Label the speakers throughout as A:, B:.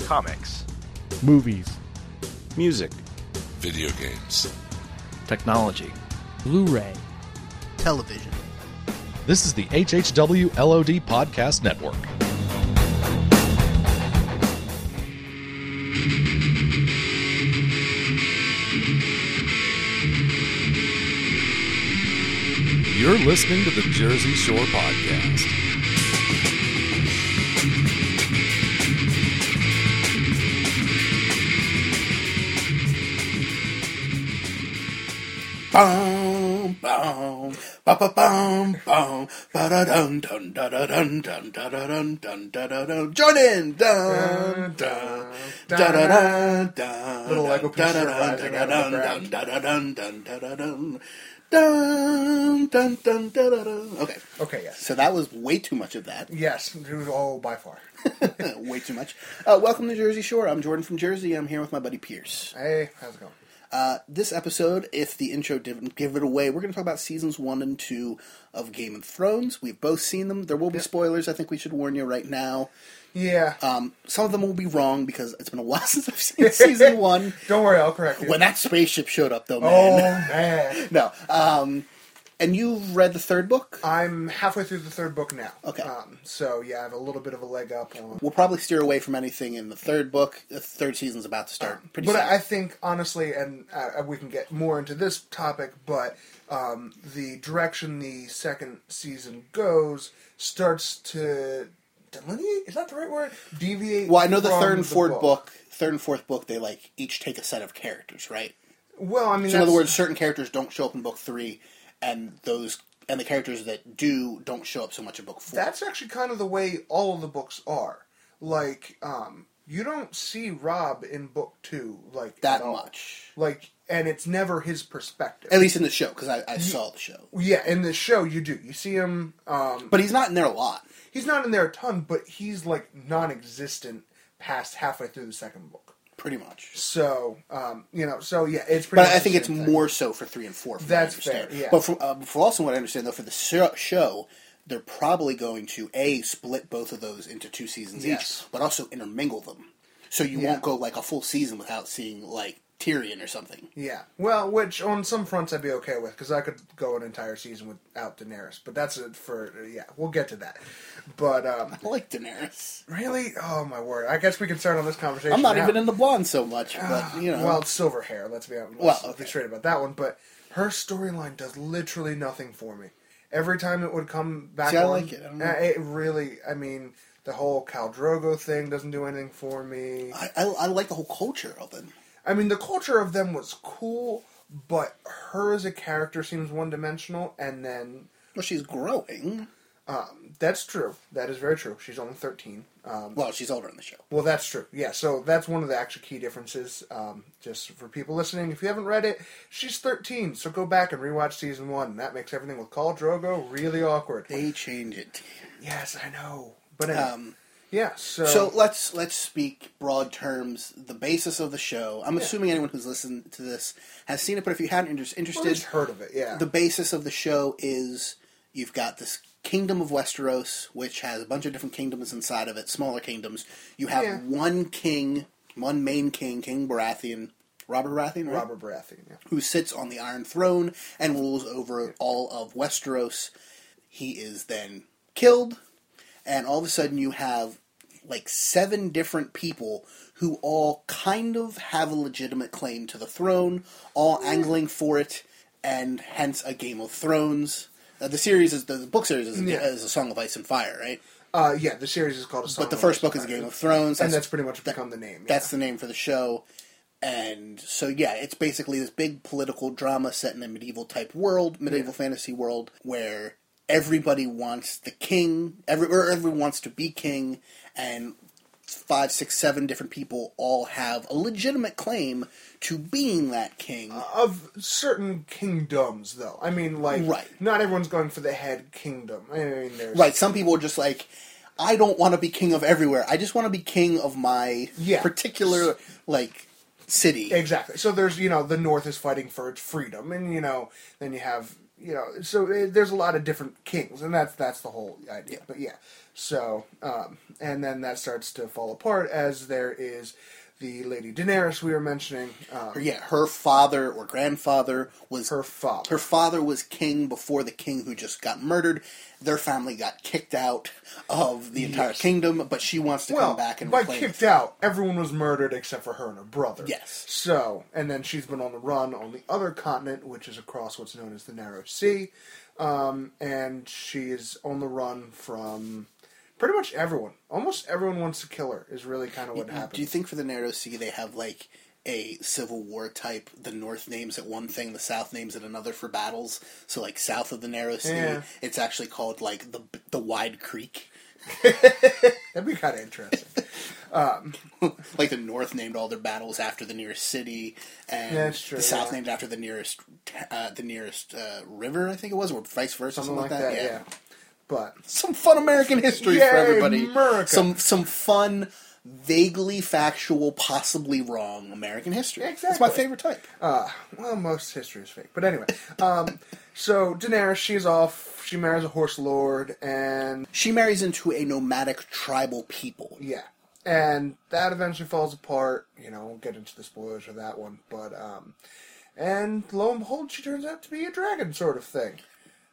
A: comics,
B: movies,
A: music,
C: video games.
D: technology.
E: Blu-ray.
F: television.
G: This is the HHW LOD Podcast Network.
C: You're listening to the Jersey Shore Podcast.
H: Boom, boom, ba ba boom, boom, ba da dun dun da da dun dun da da dun dun da da dun. Join in, dun dun da da dun dun.
I: Little Lego
H: da da
I: pieces
H: dun
I: rising
H: da
I: out
H: da dun
I: of the ground.
H: da da dun dun da da dun. Dun, dun, dun, da, da, dun. Okay,
I: Okay, yes.
F: So that was way too much of that.
I: Yes, it was all by far.
F: way too much. Uh, welcome to Jersey Shore. I'm Jordan from Jersey. I'm here with my buddy Pierce.
I: Hey, how's it going?
F: Uh, this episode, if the intro didn't give it away, we're going to talk about seasons one and two of Game of Thrones. We've both seen them. There will be spoilers. I think we should warn you right now.
I: Yeah.
F: Um, some of them will be wrong because it's been a while since I've seen season one.
I: Don't worry, I'll correct you.
F: When that spaceship showed up, though,
I: oh,
F: man.
I: man.
F: No. Um, and you've read the third book? Uh,
I: I'm halfway through the third book now.
F: Okay.
I: Um, so, yeah, I have a little bit of a leg up on.
F: We'll probably steer away from anything in the third book. The third season's about to start pretty
I: But
F: soon.
I: I I think, honestly, and uh, we can get more into this topic, but um, the direction the second season goes starts to delineate? Is that the right word? Deviate.
F: Well, I know the
I: from
F: third and fourth book.
I: book.
F: third and fourth book, they like each take a set of characters, right?
I: Well, I mean,
F: So in other
I: that's-
F: words, certain characters don't show up in book three, and those and the characters that do don't show up so much in book four.
I: that's actually kind of the way all of the books are. Like, um, you don't see Rob in book two, like
F: that
I: at all.
F: much,
I: Like, and it's never his perspective.
F: at least in the show, because I, I saw the show.
I: yeah, in the show you do. You see him. Um,
F: But he's not in there a lot.
I: he's not in there a ton, but he's like non-existent past halfway through the second book.
F: Pretty much.
I: So, um, you know, so yeah, it's pretty.
F: But I
I: much the
F: think it's
I: same thing.
F: more so for three and four. From what
I: That's
F: I understand.
I: fair, yeah.
F: But from, uh, for also what I understand though, for the sho- show, they're probably going to a split both of those into two seasons
I: Yes.
F: each, but also intermingle them, so you won't go like a full season without seeing like Tyrion or something.
I: Yeah, well, which on some fronts I'd be okay with because I could go an entire season without Daenerys, but that's it for yeah. We'll get to that, but um,
F: I like Daenerys.
I: Really? Oh my word! I guess we can start on this conversation.
F: I'm not
I: now.
F: even in the blonde so much, but you know.
I: Ah, Well, it's silver hair. Let's be honest.
F: Well,
I: Let's
F: okay.
I: be straight about that one. But her storyline does literally nothing for me. Every time it would come back,
F: See, I
I: on,
F: like it. I don't know.
I: uh, it really. I mean, the whole Cal Drogo thing doesn't do anything for me.
F: I, I, I like the whole culture of them.
I: I mean, the culture of them was cool, but her as a character seems one dimensional. And then
F: Well, she's growing.
I: that's true. That is very true. She's only thirteen.
F: Well, she's older in the show.
I: Well, that's true. Yeah, so that's one of the actual key differences. Um, just for people listening, if you haven't read it, she's 13, so go back and rewatch season one. That makes everything with Khal Drogo really awkward.
F: They change it.
I: Yes, I know. But anyway,
F: Um,
I: yeah, so,
F: so let's let's speak broad terms. The basis of the show. I'm assuming anyone who's listened to this has seen it, but if you hadn't inter-
I: well, just
F: interested,
I: heard of it. Yeah,
F: the basis of the show is you've got this kingdom of Westeros, which has a bunch of different kingdoms inside of it, smaller kingdoms. You have
I: Yeah.
F: one king, one main king, King Baratheon, Robert Baratheon, right?
I: Robert Baratheon. Yeah.
F: who sits on the Iron Throne and rules over all of Westeros. He is then killed, and all of a sudden you have like seven different people who all kind of have a legitimate claim to the throne, all angling for it, and hence a Game of Thrones. Uh, the series is the, the book series is, a-
I: Yeah.
F: is a Song of Ice and Fire, right?
I: Uh, yeah, the series is called. A Song
F: But the
I: of
F: first
I: Ice and
F: book is
I: Fire.
F: Game of Thrones,
I: and that's pretty much become the name. yeah.
F: that's the name for the show. And so, yeah, it's basically this big political drama set in a medieval type world, medieval fantasy world, where everybody wants the king, every, or everyone wants to be king, and five, six, seven different people all have a legitimate claim to being that king.
I: Uh, of certain kingdoms, though. I mean, like,
F: Right.
I: not everyone's going for the head kingdom. I mean, there's
F: right, some people are just like, I don't want to be king of everywhere. I just want to be king of my
I: Yeah.
F: particular, like, city.
I: Exactly. So there's you know the North is fighting for its freedom, and you know then you have you know, so eh, there's a lot of different kings, and that's that's the whole idea. But yeah, so um, and then that starts to fall apart as there is the Lady Daenerys we were mentioning. Um,
F: Or, yeah, her father or grandfather was
I: her father.
F: Her father was king before the king who just got murdered. Their family got kicked out of the entire kingdom, but she wants to
I: well,
F: come back and
I: by
F: reclaim
I: kicked
F: it.
I: out, everyone was murdered except for her and her brother.
F: Yes.
I: So, and then she's been on the run on the other continent, which is across what's known as the Narrow Sea, um, and she is on the run from pretty much everyone. Almost everyone wants to kill her. Is really kind of what happens.
F: Do you think for the Narrow Sea they have like a Civil War type? The North names it one thing, the South names it another for battles. So like south of the Narrow Sea,
I: Yeah.
F: it's actually called like the the Wide Creek.
I: That'd be kind of interesting.
F: Like the North named all their battles after the nearest city, and
I: Yeah, that's true,
F: the South
I: yeah.
F: named after the nearest uh, the nearest uh, river. I think it was, or vice versa,
I: Something like that. Yeah. But
F: some fun American history for
I: Yay,
F: everybody.
I: America.
F: Some some fun, vaguely factual, possibly wrong American history. It's my
I: Exactly.
F: favorite type.
I: well, most history is fake. But anyway, um, so Daenerys, she's off. She marries a horse lord, and
F: she marries into a nomadic tribal people.
I: yeah, and that eventually falls apart. You know, we'll get into the spoilers for that one, but um, and lo and behold, she turns out to be a dragon sort of thing.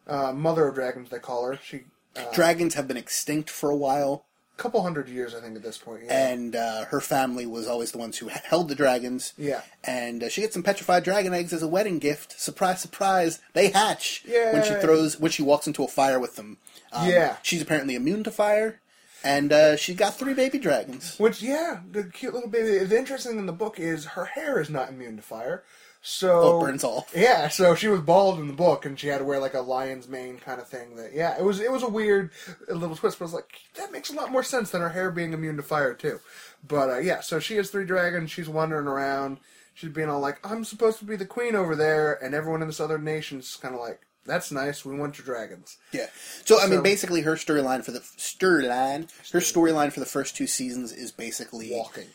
I: Uh, mother of dragons, they call her. She a
F: Dragons have been extinct for a while,
I: couple hundred years, I think, at this point. Yeah.
F: and uh, her family was always the ones who held the dragons.
I: Yeah.
F: and uh, she gets some petrified dragon eggs as a wedding gift. Surprise, surprise! They hatch when she
I: Yay.
F: throws when she walks into a fire with them. Um,
I: Yeah.
F: she's apparently immune to fire, and uh, she got three baby dragons.
I: Which, yeah, the cute little baby. The interesting thing in the book is her hair is not immune to fire. So
F: Oh, it burns off.
I: Yeah, so she was bald in the book, and she had to wear like a lion's mane kind of thing. That yeah, it was it was a weird little twist, but I was like, that makes a lot more sense than her hair being immune to fire too. But uh, yeah, so she has three dragons. She's wandering around. She's being all like, I'm supposed to be the queen over there, and everyone in this other nation's kind of like, that's nice. We want your dragons.
F: Yeah. So I mean,
I: So-
F: basically, her storyline for the storyline, her storyline for the first two seasons is basically
I: Walking.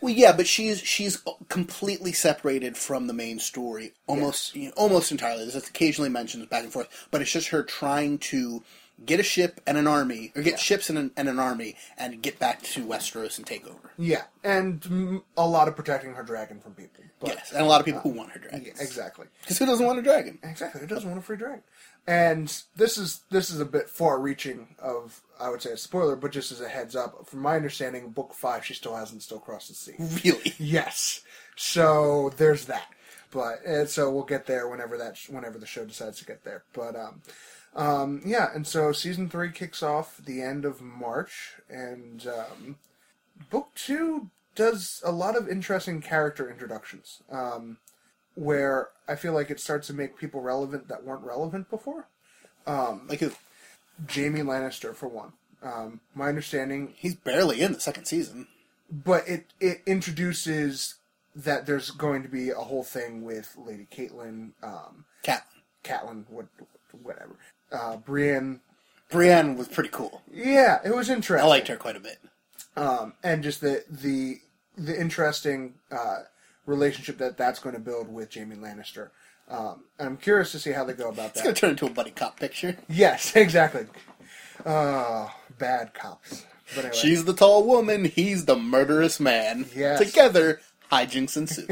F: Well, yeah, but she's she's completely separated from the main story, almost you know, almost entirely. There's occasionally mentions back and forth, but it's just her trying to get a ship and an army, or get ships and an, and an army, and get back to Westeros and take over.
I: Yeah, and mm, a lot of protecting her dragon from people. But,
F: yes, and a lot of people who want her dragon.
I: yeah, exactly.
F: Because who doesn't want a dragon?
I: Exactly. Who doesn't want a free drink? And this is this is a bit far-reaching of I would say a spoiler, but just as a heads up, from my understanding, book five she still hasn't still crossed the sea.
F: Really?
I: Yes. So there's that. But and so we'll get there whenever that sh- whenever the show decides to get there. But um, um, yeah. And so season three kicks off the end of March, and um, book two does a lot of interesting character introductions. Um, where I feel like it starts to make people relevant that weren't relevant before.
F: Like who?
I: Jamie Lannister, for one. Um, my understanding
F: He's barely in the second season.
I: but it it introduces that there's going to be a whole thing with Lady Caitlyn, um,
F: Cat.
I: Catelyn, what, whatever, uh, Brienne.
F: Brienne was pretty cool.
I: Yeah, it was
F: I
I: interesting.
F: liked her quite a bit.
I: um, and just the the the interesting uh, relationship that that's going to build with Jamie Lannister. Um, and I'm curious to see how they go about
F: It's gonna
I: that.
F: turn into a buddy cop picture.
I: Yes, exactly. Oh, bad cops. But anyway,
F: She's the tall woman. He's the murderous man.
I: Yes.
F: Together, hijinks ensue.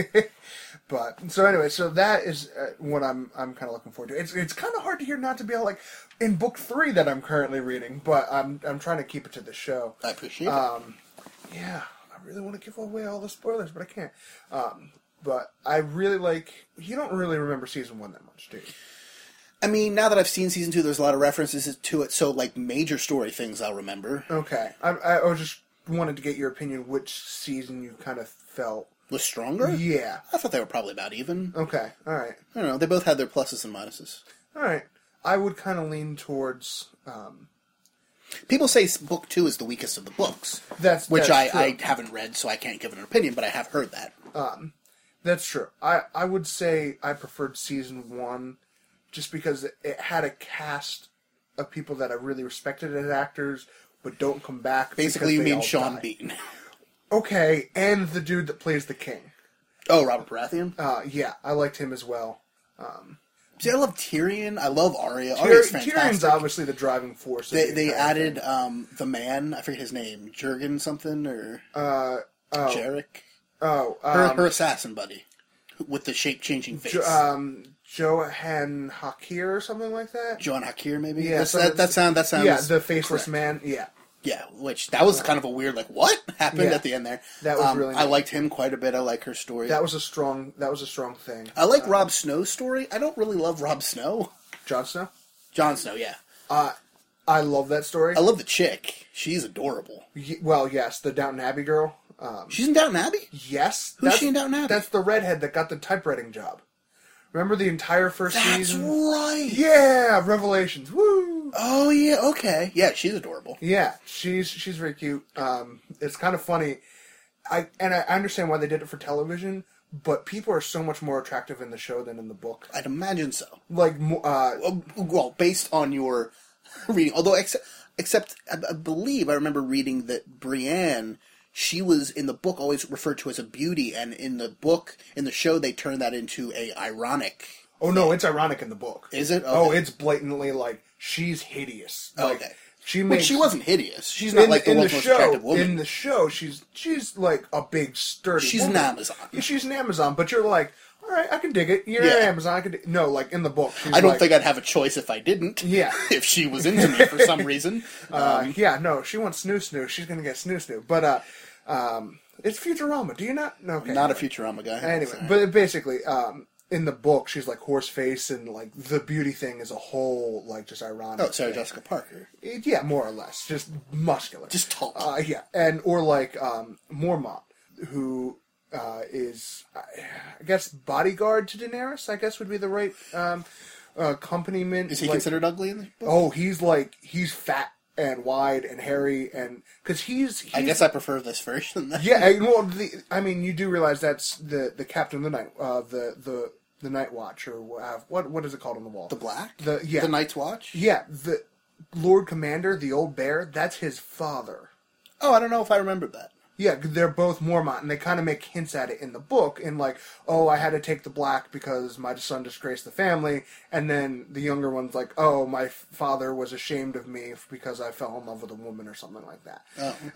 I: But so anyway, so that is uh, what I'm I'm kind of looking forward to. It's it's kind of hard to hear not to be all like in book three that I'm currently reading, but I'm I'm trying to keep it to the show.
F: I appreciate
I: Um,
F: it.
I: Yeah, I really want to give away all the spoilers, but I can't. Um, but I really like you don't really remember season one that much, do you?
F: I mean, now that I've seen season two, there's a lot of references to it. So, like major story things, I'll remember.
I: Okay, I I was just wanted to get your opinion which season you kind of felt.
F: Was stronger.
I: Yeah.
F: I thought they were probably about even.
I: Okay. All right.
F: I don't know. They both had their pluses and minuses.
I: All right. I would kind of lean towards. Um,
F: People say s- book two is the weakest of the books,
I: that's
F: which
I: that's
F: I, I
I: true.
F: haven't read, so I can't give an opinion. But I have heard that.
I: That's true. I, I would say I preferred season one just because it had a cast of people that I really respected as actors but don't come back. because
F: Basically, you
I: they
F: mean
I: all
F: Sean
I: die.
F: Bean.
I: Okay, and the dude that plays the king.
F: Oh, Robert Baratheon.
I: Uh, yeah, I liked him as well. Um,
F: See, I love Tyrion. I love Arya.
I: Tyr-
F: Arya's Oh, fantastic.
I: Tyrion's obviously the driving force. Of
F: They,
I: the
F: they
I: entire thing.
F: added um, the man. I forget his name. Jurgen something or
I: Uh, oh,
F: Jarek.
I: oh,
F: Her,
I: um,
F: her assassin buddy with the shape changing face.
I: Jo- um, Johan Hakir or something like that.
F: John Hakir, maybe.
I: Yeah,
F: That's-
I: so
F: that, that sound. That sounds.
I: yeah, the faceless
F: correct.
I: man. Yeah,
F: Yeah, which that was kind of a weird, like, what happened
I: Yeah.
F: at the end there. Um,
I: That was really
F: I
I: neat.
F: liked him quite a bit. I like her story.
I: that uh, was a strong. That was a strong thing.
F: I like Rob Snow's story. I don't really love Rob Snow.
I: Jon Snow.
F: Jon Snow, yeah.
I: I love that story.
F: I love the chick. She's adorable.
I: Ye- well, yes, the Downton Abbey girl. Um,
F: She's in Downton Abbey.
I: yes,
F: Who's
I: that's-
F: she in Downton Abbey?
I: That's the redhead that got the typewriting job. Remember the entire first
F: That's
I: season?
F: right.
I: Yeah, Revelations. Woo!
F: Oh yeah. Okay. Yeah, she's adorable.
I: Yeah, she's she's very cute. Um, it's kind of funny. I and I understand why they did it for television, but people are so much more attractive in the show than in the book.
F: I'd imagine so.
I: Like, mo- uh,
F: Uh, Well, based on your reading, although except, except I, I believe I remember reading that Brienne, she was in the book always referred to as a beauty, and in the book, in the show, they turned that into a ironic.
I: oh no, it's ironic in the book.
F: Is it?
I: Oh,
F: Okay. Oh,
I: it's blatantly like she's hideous. Like,
F: Okay.
I: she
F: But
I: makes
F: she wasn't hideous. She's not
I: in,
F: like the
I: in
F: world's most
I: show.
F: attractive woman.
I: In the show, she's she's like a big sturdy.
F: She's
I: woman.
F: an Amazon.
I: Yeah, she's an Amazon, but you're like, all right, I can dig it. You're
F: Yeah.
I: an Amazon. I can dig-" no, like in the book, she's
F: I don't
I: like,
F: think I'd have a choice if I didn't.
I: Yeah.
F: if she was into me for some reason.
I: Uh,
F: Um.
I: yeah, no, she wants snoo snoo. She's gonna get snoo snoo. But uh, um, it's Futurama. Do you not? No, okay.
F: Not a Futurama guy.
I: Anyway,
F: Sorry.
I: but basically, um, in the book, she's like horse face, and like the beauty thing is a whole like just ironic.
F: oh, Sarah Jessica Parker.
I: It- yeah, more or less, just muscular,
F: Just tall.
I: Uh, yeah, and or like um, Mormont, who uh, is I I guess bodyguard to Daenerys. I guess would be the right um, accompaniment.
F: Is he
I: like-
F: considered ugly in the book?
I: Oh, he's like he's fat and wide and hairy and because he's, he's
F: I guess I prefer this version. Then.
I: yeah. and, Well, the, I mean, you do realize that's the the captain of the night, uh, the the the night watch or wha- uh, what what is it called on the wall?
F: The Black.
I: The- yeah.
F: The Night's Watch.
I: yeah, the Lord Commander, the old bear. That's his father.
F: Oh, I don't know if I remember that.
I: Yeah, they're both Mormont, and they kind of make hints at it in the book. In like, oh, I had to take the black because my son disgraced the family, and then the younger one's like, oh, my f- father was ashamed of me f- because I fell in love with a woman or something like that.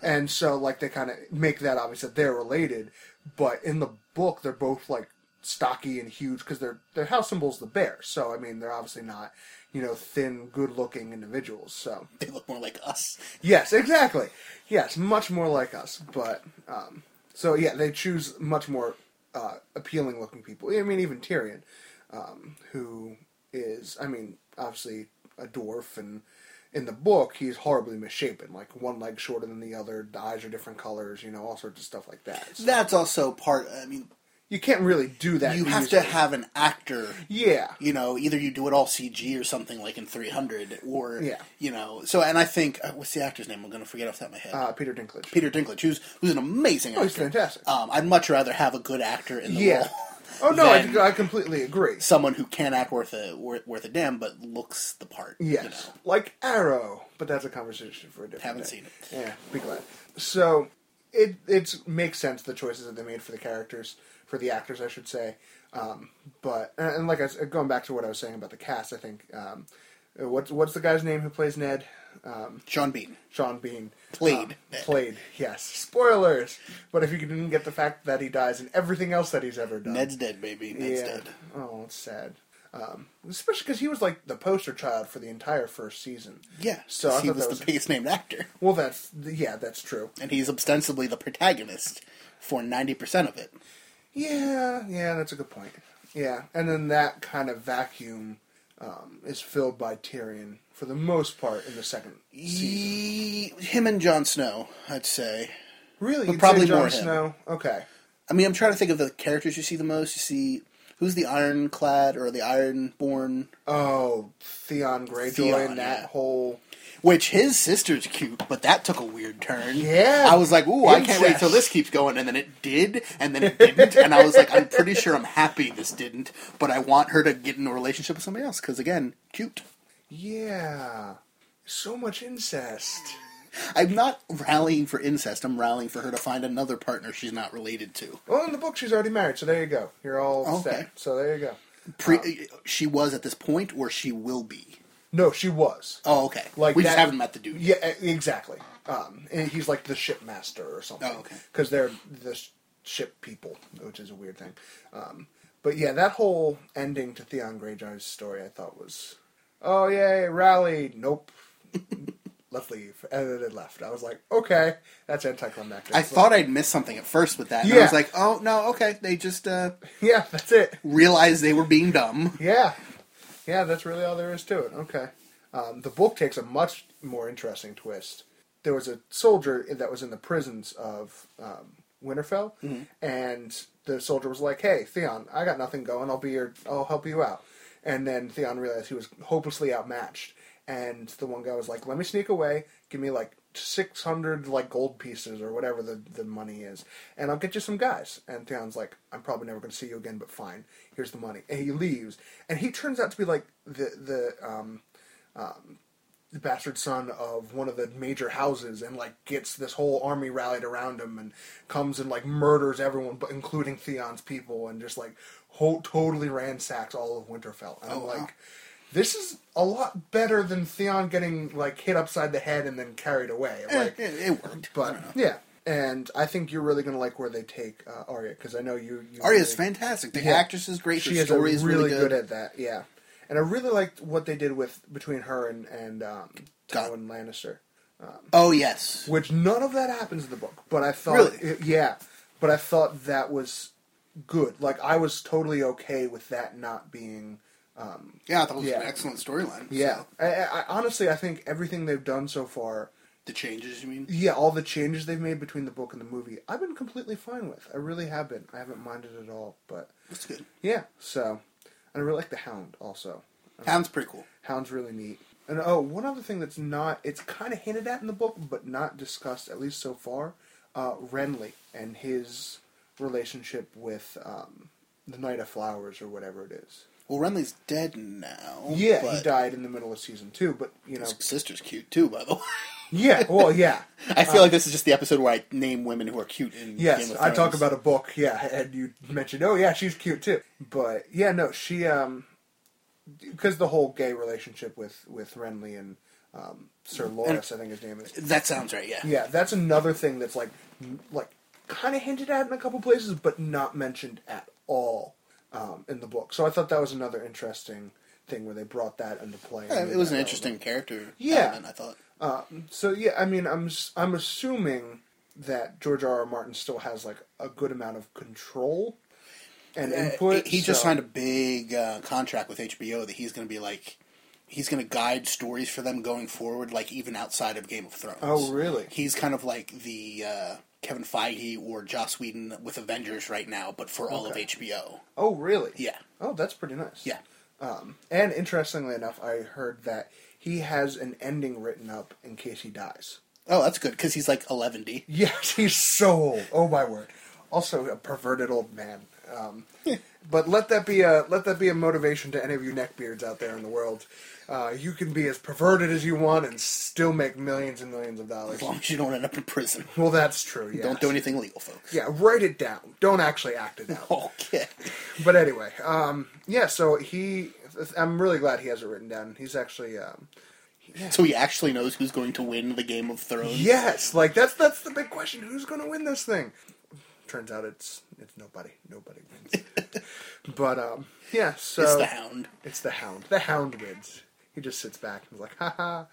I: And so, like, they kind of make that obvious that they're related, but in the book, they're both like stocky and huge because their their house symbol's the bear. So I mean, they're obviously not, you know, thin, good-looking individuals. So
F: They look more like us.
I: Yes, exactly. Yes, much more like us. But um, so yeah, they choose much more uh, appealing looking people. I mean, even Tyrion, um, who is, I mean, obviously a dwarf, and in the book he's horribly misshapen, like one leg shorter than the other, the eyes are different colors, you know, all sorts of stuff like that. So
F: That's also part. I mean,
I: you can't really do that.
F: you have to
I: easily.
F: have an actor.
I: yeah.
F: You know, either you do it all CG or something like in 300, or
I: Yeah.
F: you know. So, and I think uh, what's the actor's name? I'm going to forget off the top of my head.
I: Uh, Peter Dinklage.
F: Peter Dinklage, who's who's an amazing
I: Oh,
F: actor.
I: he's fantastic.
F: Um, I'd much rather have a good actor in the
I: yeah.
F: role.
I: Oh no, I,
F: than
I: I completely agree.
F: someone who can't act worth a worth, worth a damn, but looks the part. you
I: Yes,
F: know.
I: like Arrow, but that's a conversation for a different.
F: Haven't
I: day.
F: seen it.
I: Yeah, be glad. So it it makes sense the choices that they made for the characters, for the actors, I should say. Um, but and, and like I s- going back to what I was saying about the cast, I think um, what's what's the guy's name who plays Ned?
F: Sean Bean.
I: Sean Bean
F: Played
I: Um,
F: Ned.
I: played yes. Spoilers, but if you didn't get the fact that he dies and everything else that he's ever done,
F: Ned's dead, baby. Ned's
I: yeah.
F: dead.
I: Oh, it's sad. Um, especially because he was like the poster child for the entire first season.
F: Yeah.
I: So I
F: he
I: thought
F: was
I: that
F: the
I: was
F: biggest named actor,
I: well. That's yeah, that's true.
F: and he's ostensibly the protagonist for ninety percent of it.
I: Yeah, yeah, that's a good point. Yeah, and then that kind of vacuum um, is filled by Tyrion for the most part in the second season.
F: He, him and Jon Snow, I'd say.
I: Really, you'd
F: probably
I: say Jon
F: more him.
I: Snow. Okay,
F: I mean, I'm trying to think of the characters you see the most. You see who's the Ironclad or the Ironborn,
I: Oh, Theon Greyjoy
F: Theon,
I: and that
F: yeah.
I: whole.
F: which his sister's cute, but that took a weird turn.
I: Yeah.
F: I was like, ooh, I can't wait till
I: Incest.
F: this keeps going, and then it did, and then it didn't, and I was like, I'm pretty sure I'm happy this didn't, but I want her to get in a relationship with somebody else because again, cute.
I: Yeah, so much incest.
F: I'm not rallying for incest. I'm rallying for her to find another partner she's not related to.
I: Well, in the book, she's already married, so there you go. You're all
F: Okay.
I: set. So there you go.
F: Pre- she was at this point, or she will be.
I: No, she was.
F: Oh, okay.
I: Like
F: we just
I: that-
F: haven't met the dude. yet.
I: Yeah, e- exactly. Um, and he's like the shipmaster or something.
F: Oh, okay.
I: Because they're the sh- ship people, which is a weird thing. Um, but yeah, that whole ending to Theon Greyjoy's story, I thought was, oh yay, rally. Nope. Let's leave, and then it left. I was like, okay, that's anticlimactic.
F: I thought I'd missed something at first with that. And I
I: Yeah.
F: was like, oh no, okay. They just uh,
I: yeah, that's it.
F: realized they were being dumb.
I: Yeah, yeah, that's really all there is to it. Okay, um, the book takes a much more interesting twist. There was a soldier that was in the prisons of um, Winterfell, and the soldier was like, "Hey, Theon, I got nothing going. I'll be your, I'll help you out." And then Theon realized he was hopelessly outmatched, and the one guy was like, "Let me sneak away. Give me like." 600 like gold pieces or whatever the, the money is and i'll get you some guys and theon's like i'm probably never going to see you again but fine here's the money and he leaves and he turns out to be like the the um the bastard son of one of the major houses and like gets this whole army rallied around him and comes and like murders everyone but including Theon's people and just like ho- totally ransacks all of Winterfell and I'm like this is a lot better than Theon getting like hit upside the head and then carried away like
F: It, it worked.
I: but yeah and I think you're really gonna like where they take uh, Arya because I know you, you
F: Arya's
I: really-
F: fantastic. The
I: Yeah.
F: actress is great.
I: she
F: the
I: is
F: story
I: really,
F: is really good.
I: at that. Yeah, and I really liked what they did with between her and and um,
F: God.
I: Tywin Lannister,
F: oh yes.
I: which none of that happens in the book. But I thought,
F: Really?
I: it- yeah, but I thought that was good. Like I was totally okay with that not being.
F: Yeah, I thought it was an
I: Yeah.
F: excellent storyline.
I: Yeah,
F: So,
I: I, I, I honestly, I think everything they've done so far.
F: the changes, you mean?
I: Yeah, all the changes they've made between the book and the movie, I've been completely fine with. I really have been. I haven't minded at all. But
F: That's good.
I: yeah, so and I really like the Hound also.
F: Hound's pretty cool.
I: Hound's really neat. And oh, one other thing that's not, it's kind of hinted at in the book, but not discussed, at least so far, uh, Renly and his relationship with um, the Knight of Flowers or whatever it is.
F: Well, Renly's dead now.
I: Yeah,
F: Oh, but
I: he died in the middle of season two, but, you know.
F: His sister's cute too, by the way.
I: Yeah, well, yeah.
F: I feel like this is just the episode where I name women who are cute in Game
I: Uh, Yes,
F: of
I: I talk
F: Thrones.
I: about a book, yeah, and you mentioned, oh, yeah, she's cute too. But, yeah, no, she, um, because the whole gay relationship with, with Renly and um, Sir Loris, I think his name is.
F: That sounds right. Yeah.
I: Yeah, that's another thing that's like, m- like kind of hinted at in a couple places, but not mentioned at all um, in the book. So I thought that was another interesting thing where they brought that into play.
F: Yeah,
I: and
F: it
I: made
F: was
I: that
F: an interesting character.
I: Yeah.
F: element, I thought.
I: relevant. So yeah, I mean, I'm s- I'm assuming that George R. R. Martin still has like a good amount of control and input.
F: he just
I: so-
F: signed a big uh, contract with HBO that he's going to be like, he's going to guide stories for them going forward, like even outside of Game of Thrones.
I: Oh, really?
F: He's kind of like the uh, Kevin Feige or Joss Whedon with Avengers right now, but for all of HBO.
I: Oh, really?
F: Yeah.
I: Oh, that's pretty nice.
F: Yeah.
I: And interestingly enough, I heard that he has an ending written up in case he dies.
F: Oh, that's good because he's like 11D.
I: Yes, he's so old. Oh my word! Also a perverted old man. Um, but let that be a let that be a motivation to any of you neckbeards out there in the world. Uh, you can be as perverted as you want and still make millions and millions of dollars.
F: As long as you don't end up in prison,
I: Well, that's true. Yeah.
F: don't do anything illegal, folks.
I: Yeah, write it down. Don't actually act it out.
F: Okay.
I: But anyway, um, yeah. So he, I'm really glad he has it written down. He's actually. Um,
F: So he actually knows who's going to win the Game of Thrones.
I: Yes, like that's that's the big question. Who's going to win this thing? Turns out it's it's nobody. Nobody wins. but um, yeah. So
F: It's the Hound.
I: It's the hound. The hound wins. He just sits back and is like, "Ha ha."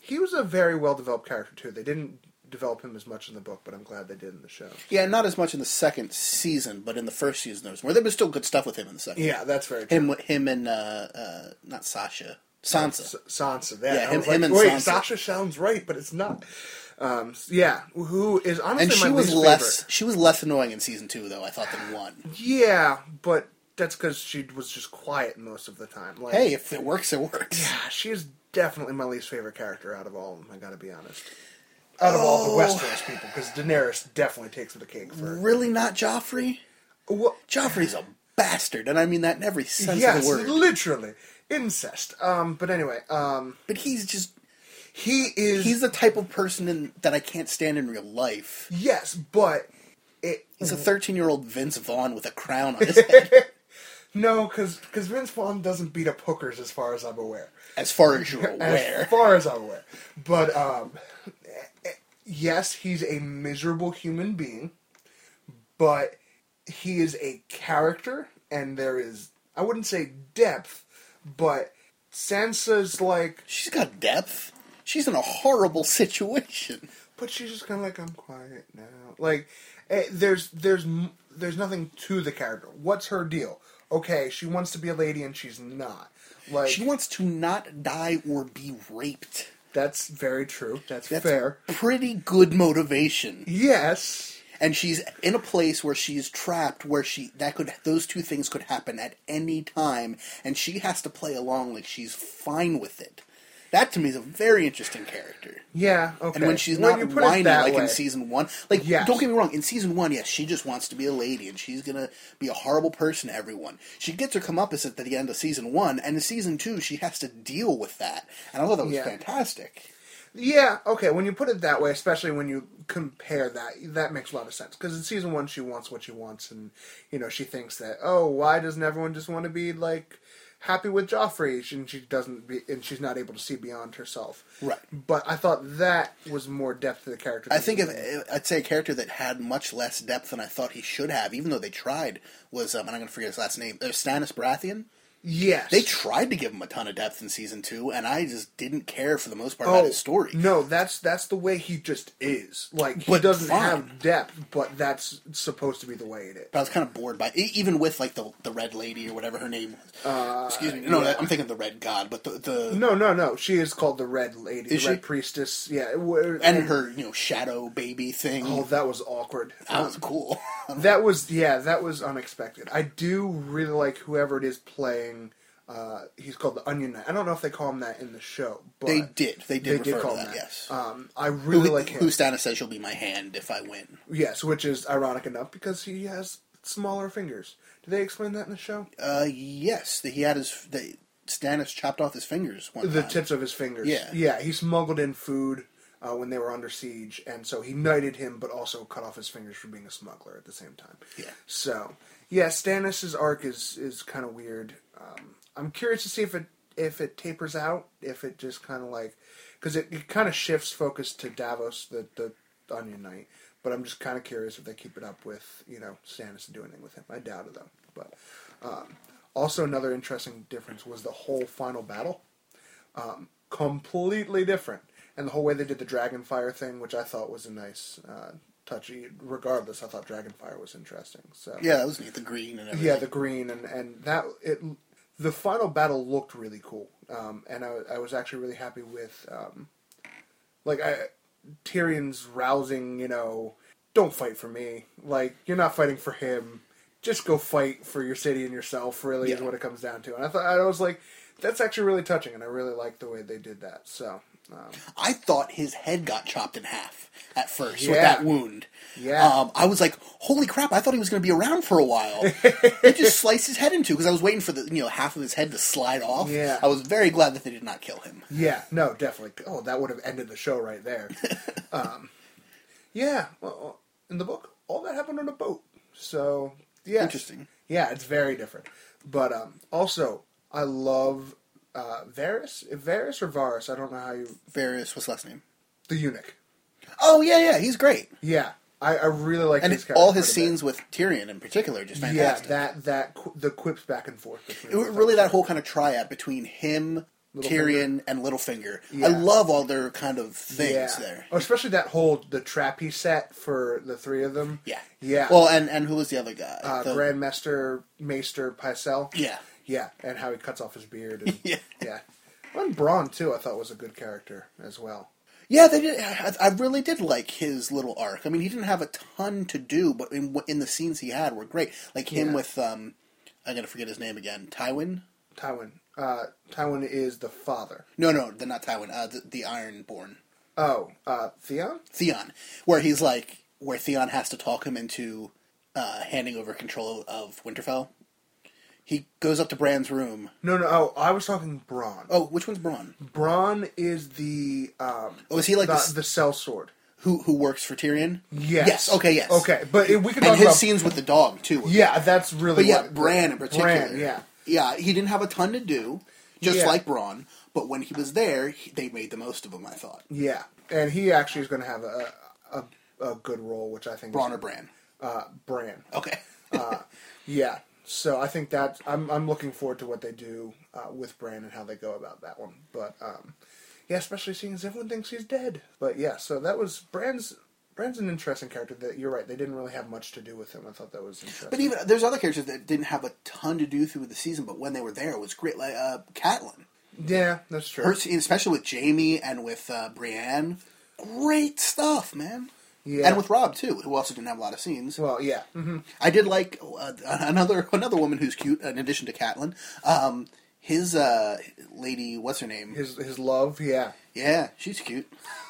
I: He was a very well developed character too. They didn't develop him as much in the book, but I'm glad they did in the show.
F: Yeah, not as much in the second season, but in the first season there was more. There was still good stuff with him in the second.
I: Yeah, that's very true.
F: him with him and uh, uh, not Sasha Sansa.
I: S- Sansa. That,
F: Yeah,
I: I
F: him-
I: was like,
F: him and
I: Wait,
F: Sansa.
I: Sasha sounds right, but it's not. Um, s- yeah, who is honestly
F: And she
I: my
F: was
I: least
F: less
I: favorite.
F: she was less annoying in season two though I thought than one.
I: Yeah, but that's because she was just quiet most of the time. Like,
F: Hey, if it works, it works.
I: Ah, she is definitely my least favorite character out of all of them. I gotta be honest. Out of all
F: Oh.
I: the Westeros people, because Daenerys definitely takes the cake for.
F: Really, not Joffrey.
I: Well,
F: Joffrey's a bastard, and I mean that in every sense of
I: yes,
F: the word.
I: literally incest. Um, but anyway, um,
F: but he's just
I: he is.
F: he's the type of person in, that I can't stand in real life.
I: yes, but it Mm.
F: He's a thirteen year old Vince Vaughn with a crown on his head.
I: No, because Vince Vaughn doesn't beat up hookers as far as I'm aware.
F: as far as you're
I: As
F: aware.
I: far as I'm aware. But um, yes, he's a miserable human being, but he is a character, and there is I wouldn't say depth, but Sansa's like,
F: She's got depth. She's in a horrible situation.
I: but she's just kind of like I'm quiet now. Like eh, there's there's m- there's nothing to the character. What's her deal? Okay, she wants to be a lady and she's not. Like
F: She wants to not die or be raped.
I: that's very true. That's,
F: That's
I: fair.
F: pretty good motivation.
I: Yes.
F: And she's in a place where she's trapped where she that could those two things could happen at any time and she has to play along like she's fine with it. That to me is a very interesting character.
I: Yeah. Okay.
F: And when she's
I: Well,
F: not
I: you put it
F: whiny
I: that
F: like
I: way.
F: in season one, like
I: Yes.
F: don't get me wrong, in season one, yes, she just wants to be a lady and she's gonna be a horrible person to everyone. She gets her comeuppance at the end of season one, and in season two, she has to deal with that. And I thought that was
I: Yeah.
F: fantastic.
I: Yeah, okay. When you put it that way, especially when you compare that, that makes a lot of sense. Because in season one, she wants what she wants, and you know she thinks that oh, why doesn't everyone just want to be like happy with Joffrey? And she doesn't, be, and she's not able to see beyond herself.
F: Right.
I: But I thought that was more depth to the character.
F: I
I: than-
F: think if I'd say a character that had much less depth than I thought he should have, even though they tried, was um, and I'm gonna forget his last name. Uh, Stannis Baratheon.
I: yes,
F: They tried to give him a ton of depth in season two, and I just didn't care for the most part
I: Oh,
F: about his story.
I: No, that's that's the way he just is. Like he
F: But
I: doesn't
F: fine.
I: have depth, but that's supposed to be the way it is.
F: But I was kind of bored by e- even with like the the red lady or whatever her name was. Excuse me. No, that, I'm thinking the red god, but the the
I: Uh, No, no, no. She is called the Red Lady,
F: Is
I: the Red
F: she?
I: Priestess. Yeah, where-
F: and her you know shadow baby thing.
I: Oh, that was awkward.
F: that was cool.
I: That was yeah, that was unexpected. I do really like whoever it is playing. Uh, he's called the Onion Knight. I don't know if they call him that in the show, but
F: they did. They did.
I: they did
F: refer
I: call
F: to
I: him
F: that,
I: that.
F: Yes.
I: Um, I really
F: who,
I: like him.
F: who Stannis says you'll be my hand if I win.
I: yes, which is ironic enough because he has smaller fingers. Did they explain that in the show?
F: Uh, yes. That he had his they, Stannis chopped off his fingers one
I: the
F: time.
I: tips of his fingers.
F: Yeah.
I: yeah. He smuggled in food uh, when they were under siege, and so he knighted him, but also cut off his fingers for being a smuggler at the same time.
F: Yeah.
I: So, yeah, Stannis's arc is is kind of weird. Um, I'm curious to see if it if it tapers out, if it just kind of like because it, it kind of shifts focus to Davos, the the Onion Knight. But I'm just kind of curious if they keep it up with you know Stannis and do anything with him. I doubt it though. But um, also another interesting difference was the whole final battle Um, completely different. And the whole way they did the Dragonfire thing, which I thought was a nice uh, touchy. Regardless, I thought Dragonfire was interesting. So
F: Yeah, that was neat. The green and everything.
I: yeah, the green and and that it. The final battle looked really cool, um, and I, I was actually really happy with, um, like I, Tyrion's rousing. You know, don't fight for me. Like you're not fighting for him. Just go fight for your city and yourself. Really is
F: Yeah.
I: what it comes down to. And I thought I was like, that's actually really touching, and I really liked the way they did that. So um,
F: I thought his head got chopped in half at first
I: Yeah.
F: with that wound.
I: Yeah.
F: Um, I was like, holy crap, I thought he was going to be around for a while. he just sliced his head in two because I was waiting for the, you know, half of his head to slide off.
I: Yeah.
F: I was very glad that they did not kill him.
I: Yeah, no, definitely. Oh, that would have ended the show right there. um, yeah, well, in the book, all that happened on a boat. So, yeah.
F: Interesting.
I: Yeah, it's very different. But um, also, I love uh, Varys. Varys or Varus? I don't know how you.
F: Varys, what's last name?
I: The eunuch.
F: Oh, yeah, yeah, he's great.
I: Yeah, I, I really like
F: And
I: his character.
F: all his
I: quite a bit.
F: scenes with Tyrion in particular are just
I: Yeah,
F: fantastic.
I: that, that, qu- the quips back and forth.
F: It
I: Between
F: was
I: them.
F: really that whole kind of triad between him, Tyrion, and Littlefinger. I love all their kind of things there.
I: Oh, especially that whole, the trap he set for the three of them.
F: Yeah.
I: Yeah.
F: Well, and, and who was the other guy?
I: uh,
F: The-
I: Grandmaster Maester Pycelle.
F: Yeah.
I: yeah, and how he cuts off his beard. And,
F: Yeah.
I: yeah. And Braun too, I thought was a good character as well.
F: Yeah, they did. I, I really did like his little arc. I mean, he didn't have a ton to do, but in, in the scenes he had were great. Like him
I: Yeah.
F: with um, I'm gonna forget his name again. Tywin?
I: Tywin. Uh, Tywin is the father.
F: No, no, the not Tywin. Uh, the, the Ironborn,
I: Oh, uh, Theon.
F: Theon, where he's like, where Theon has to talk him into uh, handing over control of Winterfell. He goes up to Bran's room.
I: No, no. Oh, I was talking Braun.
F: Oh, which one's Bronn?
I: Braun is the um,
F: Oh, is he like
I: the,
F: the,
I: the sellsword.
F: who who works for Tyrion?
I: Yes.
F: Yes. Okay. Yes.
I: Okay, but if we can
F: And
I: talk
F: his
I: about
F: scenes with the dog too.
I: yeah, that's really
F: But yeah,
I: what-
F: Bran in particular.
I: Bran, yeah,
F: Yeah, he didn't have a ton to do, just
I: Yeah.
F: like Braun. But when he was there, he, they made the most of him. I thought.
I: yeah, and he actually is going to have a, a a good role, which I think
F: Braun or
I: is,
F: Bran.
I: uh, Bran.
F: Okay.
I: Yeah. So I think that I'm I'm looking forward to what they do uh, with Bran and how they go about that one. But um, yeah, especially seeing as everyone thinks he's dead. But yeah, so that was Bran's Bran's an interesting character. That you're right, they didn't really have much to do with him. I thought that was interesting.
F: But even there's other characters that didn't have a ton to do through the season, but when they were there, it was great. Like uh, Catelyn,
I: yeah, that's true.
F: her scene, especially with Jamie and with uh, Brienne, great stuff, man.
I: Yeah.
F: And with Rob too, who also didn't have a lot of scenes.
I: well, yeah, hmm
F: I did like uh, another another woman who's cute. In addition to Catelyn, um, his uh, lady, what's her name?
I: his his love, yeah,
F: yeah, she's cute.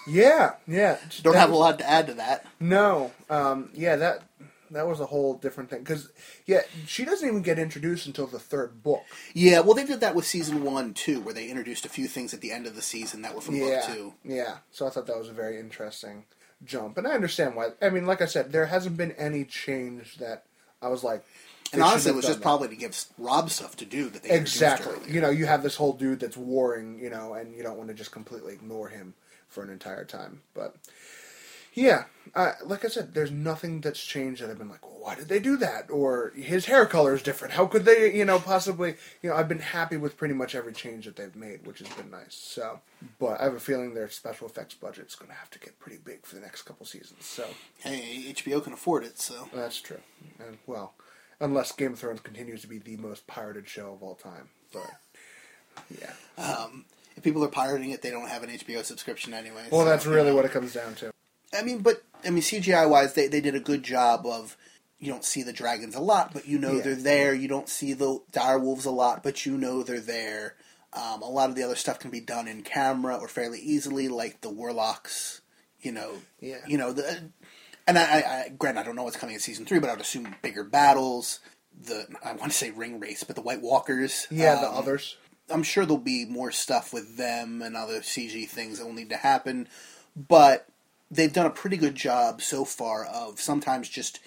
I: yeah, yeah.
F: Don't
I: That
F: have a
I: was-
F: lot to add to that.
I: No, um, yeah, that that was a whole different thing because yeah, she doesn't even get introduced until the third book.
F: Yeah, well, they did that with season one too, where they introduced a few things at the end of the season that were from
I: yeah,
F: book two.
I: Yeah. So I thought that was a very interesting jump. And I understand why. I mean, like I said, there hasn't been any change that I was like. they
F: And honestly,
I: shouldn't
F: it was
I: have
F: just
I: done
F: probably to give Rob stuff to do that they
I: that.
F: introduced
I: Exactly.
F: earlier.
I: You know, you have this whole dude that's warring, you know, and you don't want to just completely ignore him for an entire time. But yeah, uh, like I said, there's nothing that's changed that I've been like, well, why did they do that? Or his hair color is different. How could they, you know, possibly, you know, I've been happy with pretty much every change that they've made, which has been nice. So, but I have a feeling their special effects budget's going to have to get pretty big for the next couple seasons. So
F: Hey, HBO can afford it, so
I: that's true. And well, unless Game of Thrones continues to be the most pirated show of all time, but yeah.
F: if people are pirating it, they don't have an HBO subscription anyway.
I: Well,
F: so,
I: that's
F: you
I: really
F: know.
I: what it comes down to.
F: I mean, but I mean, CGI wise, they they did a good job of. You don't see the dragons a lot, but you know
I: Yeah.
F: they're there. You don't see the dire wolves a lot, but you know they're there. Um, a lot of the other stuff can be done in camera or fairly easily, like the warlocks. You know,
I: Yeah.
F: You know the, and I, I, I grant I don't know what's coming in season three, but I would assume bigger battles. The I want to say ring race, but the White Walkers.
I: Yeah, the
F: um,
I: others.
F: I'm sure there'll be more stuff with them and other CG things that will need to happen, but they've done a pretty good job so far of sometimes just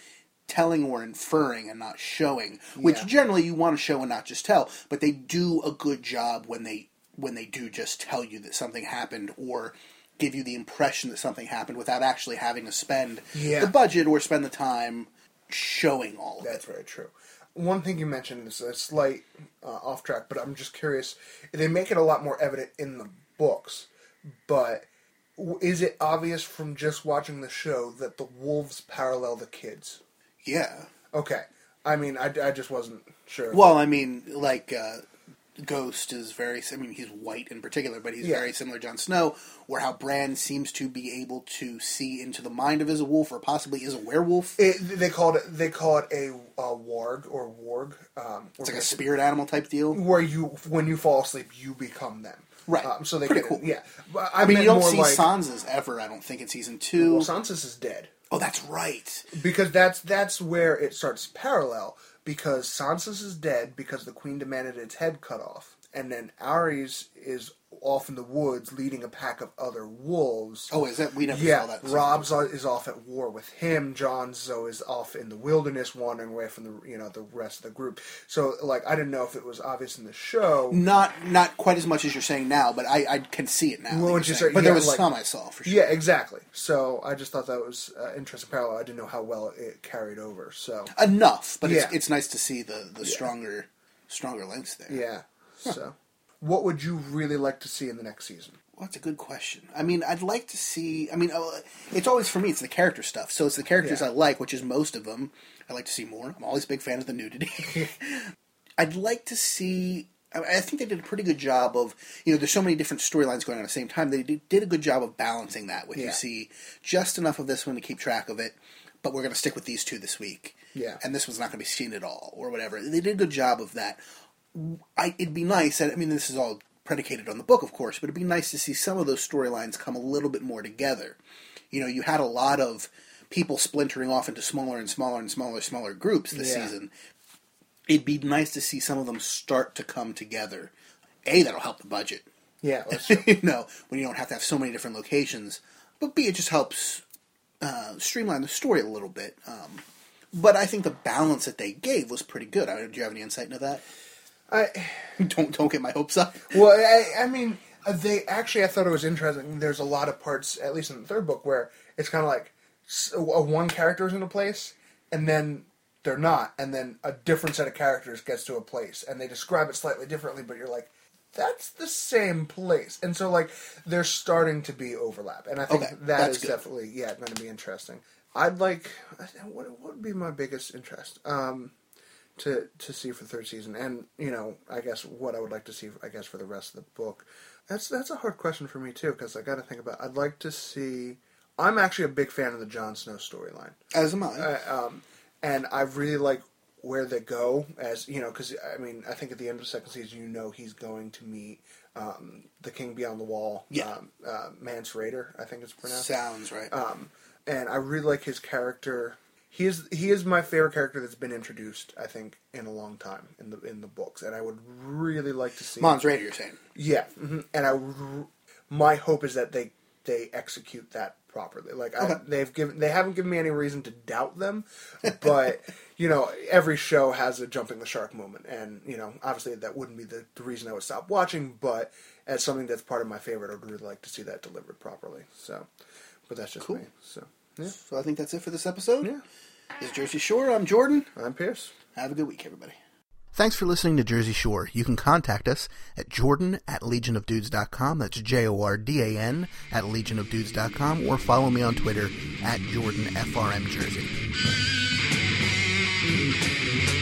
F: telling or inferring and not showing, which
I: Yeah.
F: generally you want to show and not just tell, but they do a good job when they when they do just tell you that something happened or give you the impression that something happened without actually having to spend
I: Yeah.
F: the budget or spend the time showing all of it.
I: That's very true. One thing you mentioned is a slight uh, off track, but I'm just curious. They make it a lot more evident in the books, but w- is it obvious from just watching the show that the wolves parallel the kids?
F: Yeah.
I: Okay. I mean, I, I just wasn't sure.
F: Well, I mean, like uh, Ghost is very. I mean, he's white in particular, but he's
I: Yeah.
F: very similar to Jon Snow, where how Bran seems to be able to see into the mind of his wolf, or possibly is a werewolf.
I: It, they called it they call it a, uh warg or warg. Um,
F: it's like a spirit animal type deal.
I: where you when you fall asleep you become them.
F: Right.
I: Um, so they
F: Pretty
I: could,
F: cool.
I: Yeah. But
F: I mean,
I: meant
F: you don't
I: more
F: see
I: like,
F: Sansa's ever. I don't think in season
I: Well,
F: two.
I: Sansa's is dead.
F: oh, that's right.
I: because that's that's where it starts parallel because Sansa's is dead because the queen demanded its head cut off and then Ares is off in the woods leading a pack of other wolves
F: Oh, is that we never saw
I: yeah
F: that?
I: Rob's o- is off at war with him John's though is off in the wilderness wandering away from the you know the rest of the group so like I didn't know if it was obvious in the show
F: Not not quite as much as you're saying now, but I, I can see it now. that
I: Well,
F: you're
I: it's just
F: saying.
I: like-
F: but there
I: yeah,
F: was
I: like-
F: some I saw for sure.
I: yeah exactly so I just thought that was uh, interesting parallel I didn't know how well it carried over so
F: enough, but it's,
I: Yeah.
F: it's nice to see the the stronger stronger links there.
I: Yeah. So, what would you really like to see in the next season?
F: Well, that's a good question. I mean, I'd like to see. I mean, uh, it's always for me. It's the character stuff. So it's the characters
I: Yeah.
F: I like, which is most of them. I like to see more. I'm always a big fan of the nudity. I'd like to see. I I think they did a pretty good job of, you know, there's so many different storylines going on at the same time. They did did a good job of balancing that. Where
I: Yeah.
F: you see just enough of this one to keep track of it, but we're going to stick with these two this week.
I: Yeah.
F: and this one's not going to be seen at all or whatever. They did a good job of that. I, it'd be nice. And I mean, this is all predicated on the book, of course, but it'd be nice to see some of those storylines come a little bit more together. You know, you had a lot of people splintering off into smaller and smaller and smaller, smaller groups this
I: Yeah.
F: season. It'd be nice to see some of them start to come together. A, that'll help the budget,
I: Yeah. Let's
F: you know, when you don't have to have so many different locations. But B, it just helps uh, streamline the story a little bit. Um, but I think the balance that they gave was pretty good. I, do you have any insight into that?
I: I
F: don't don't get my hopes up.
I: well, I, I mean, uh, they actually I thought it was interesting. There's a lot of parts, at least in the third book, where it's kind of like s- a one character is in a place, and then they're not, and then a different set of characters gets to a place, and they describe it slightly differently. But you're like, that's the same place, and so like they're starting to be overlap, and I think
F: Okay,
I: that
F: that's
I: is
F: good.
I: definitely yeah going to be interesting. I'd like I think- what what would be my biggest interest. Um, to to see for the third season, and you know, I guess what I would like to see, I guess, for the rest of the book. That's that's a hard question for me too, because I got to think about. I'd like to see. I'm actually a big fan of the Jon Snow storyline,
F: As am I.
I: and I really like where they go. As you know, because I mean, I think at the end of the second season, you know, he's going to meet um, the King Beyond the Wall,
F: Yeah.
I: um, uh, Mance Raider, I think it's pronounced
F: Sounds right.
I: and I really like his character. He is he is my favorite character that's been introduced, I think, in a long time in the in the books, and I would really like to see.
F: Mons Raider, you're saying?
I: Yeah, hmm and I r- my hope is that they they execute that properly. Like I, they've given they haven't given me any reason to doubt them, but you know every show has a jumping the shark moment, and you know obviously that wouldn't be the, the reason I would stop watching, but as something that's part of my favorite, I'd really like to see that delivered properly. So, but that's just me. So. Yeah.
F: So I think that's it for this episode.
I: Yeah.
F: This is Jersey Shore. I'm Jordan.
I: I'm Pierce.
F: Have a good week, everybody. Thanks for listening to Jersey Shore. You can contact us at jordan at legionofdudes.com. That's J O R D A N at legionofdudes.com or follow me on Twitter at JordanFRMJersey.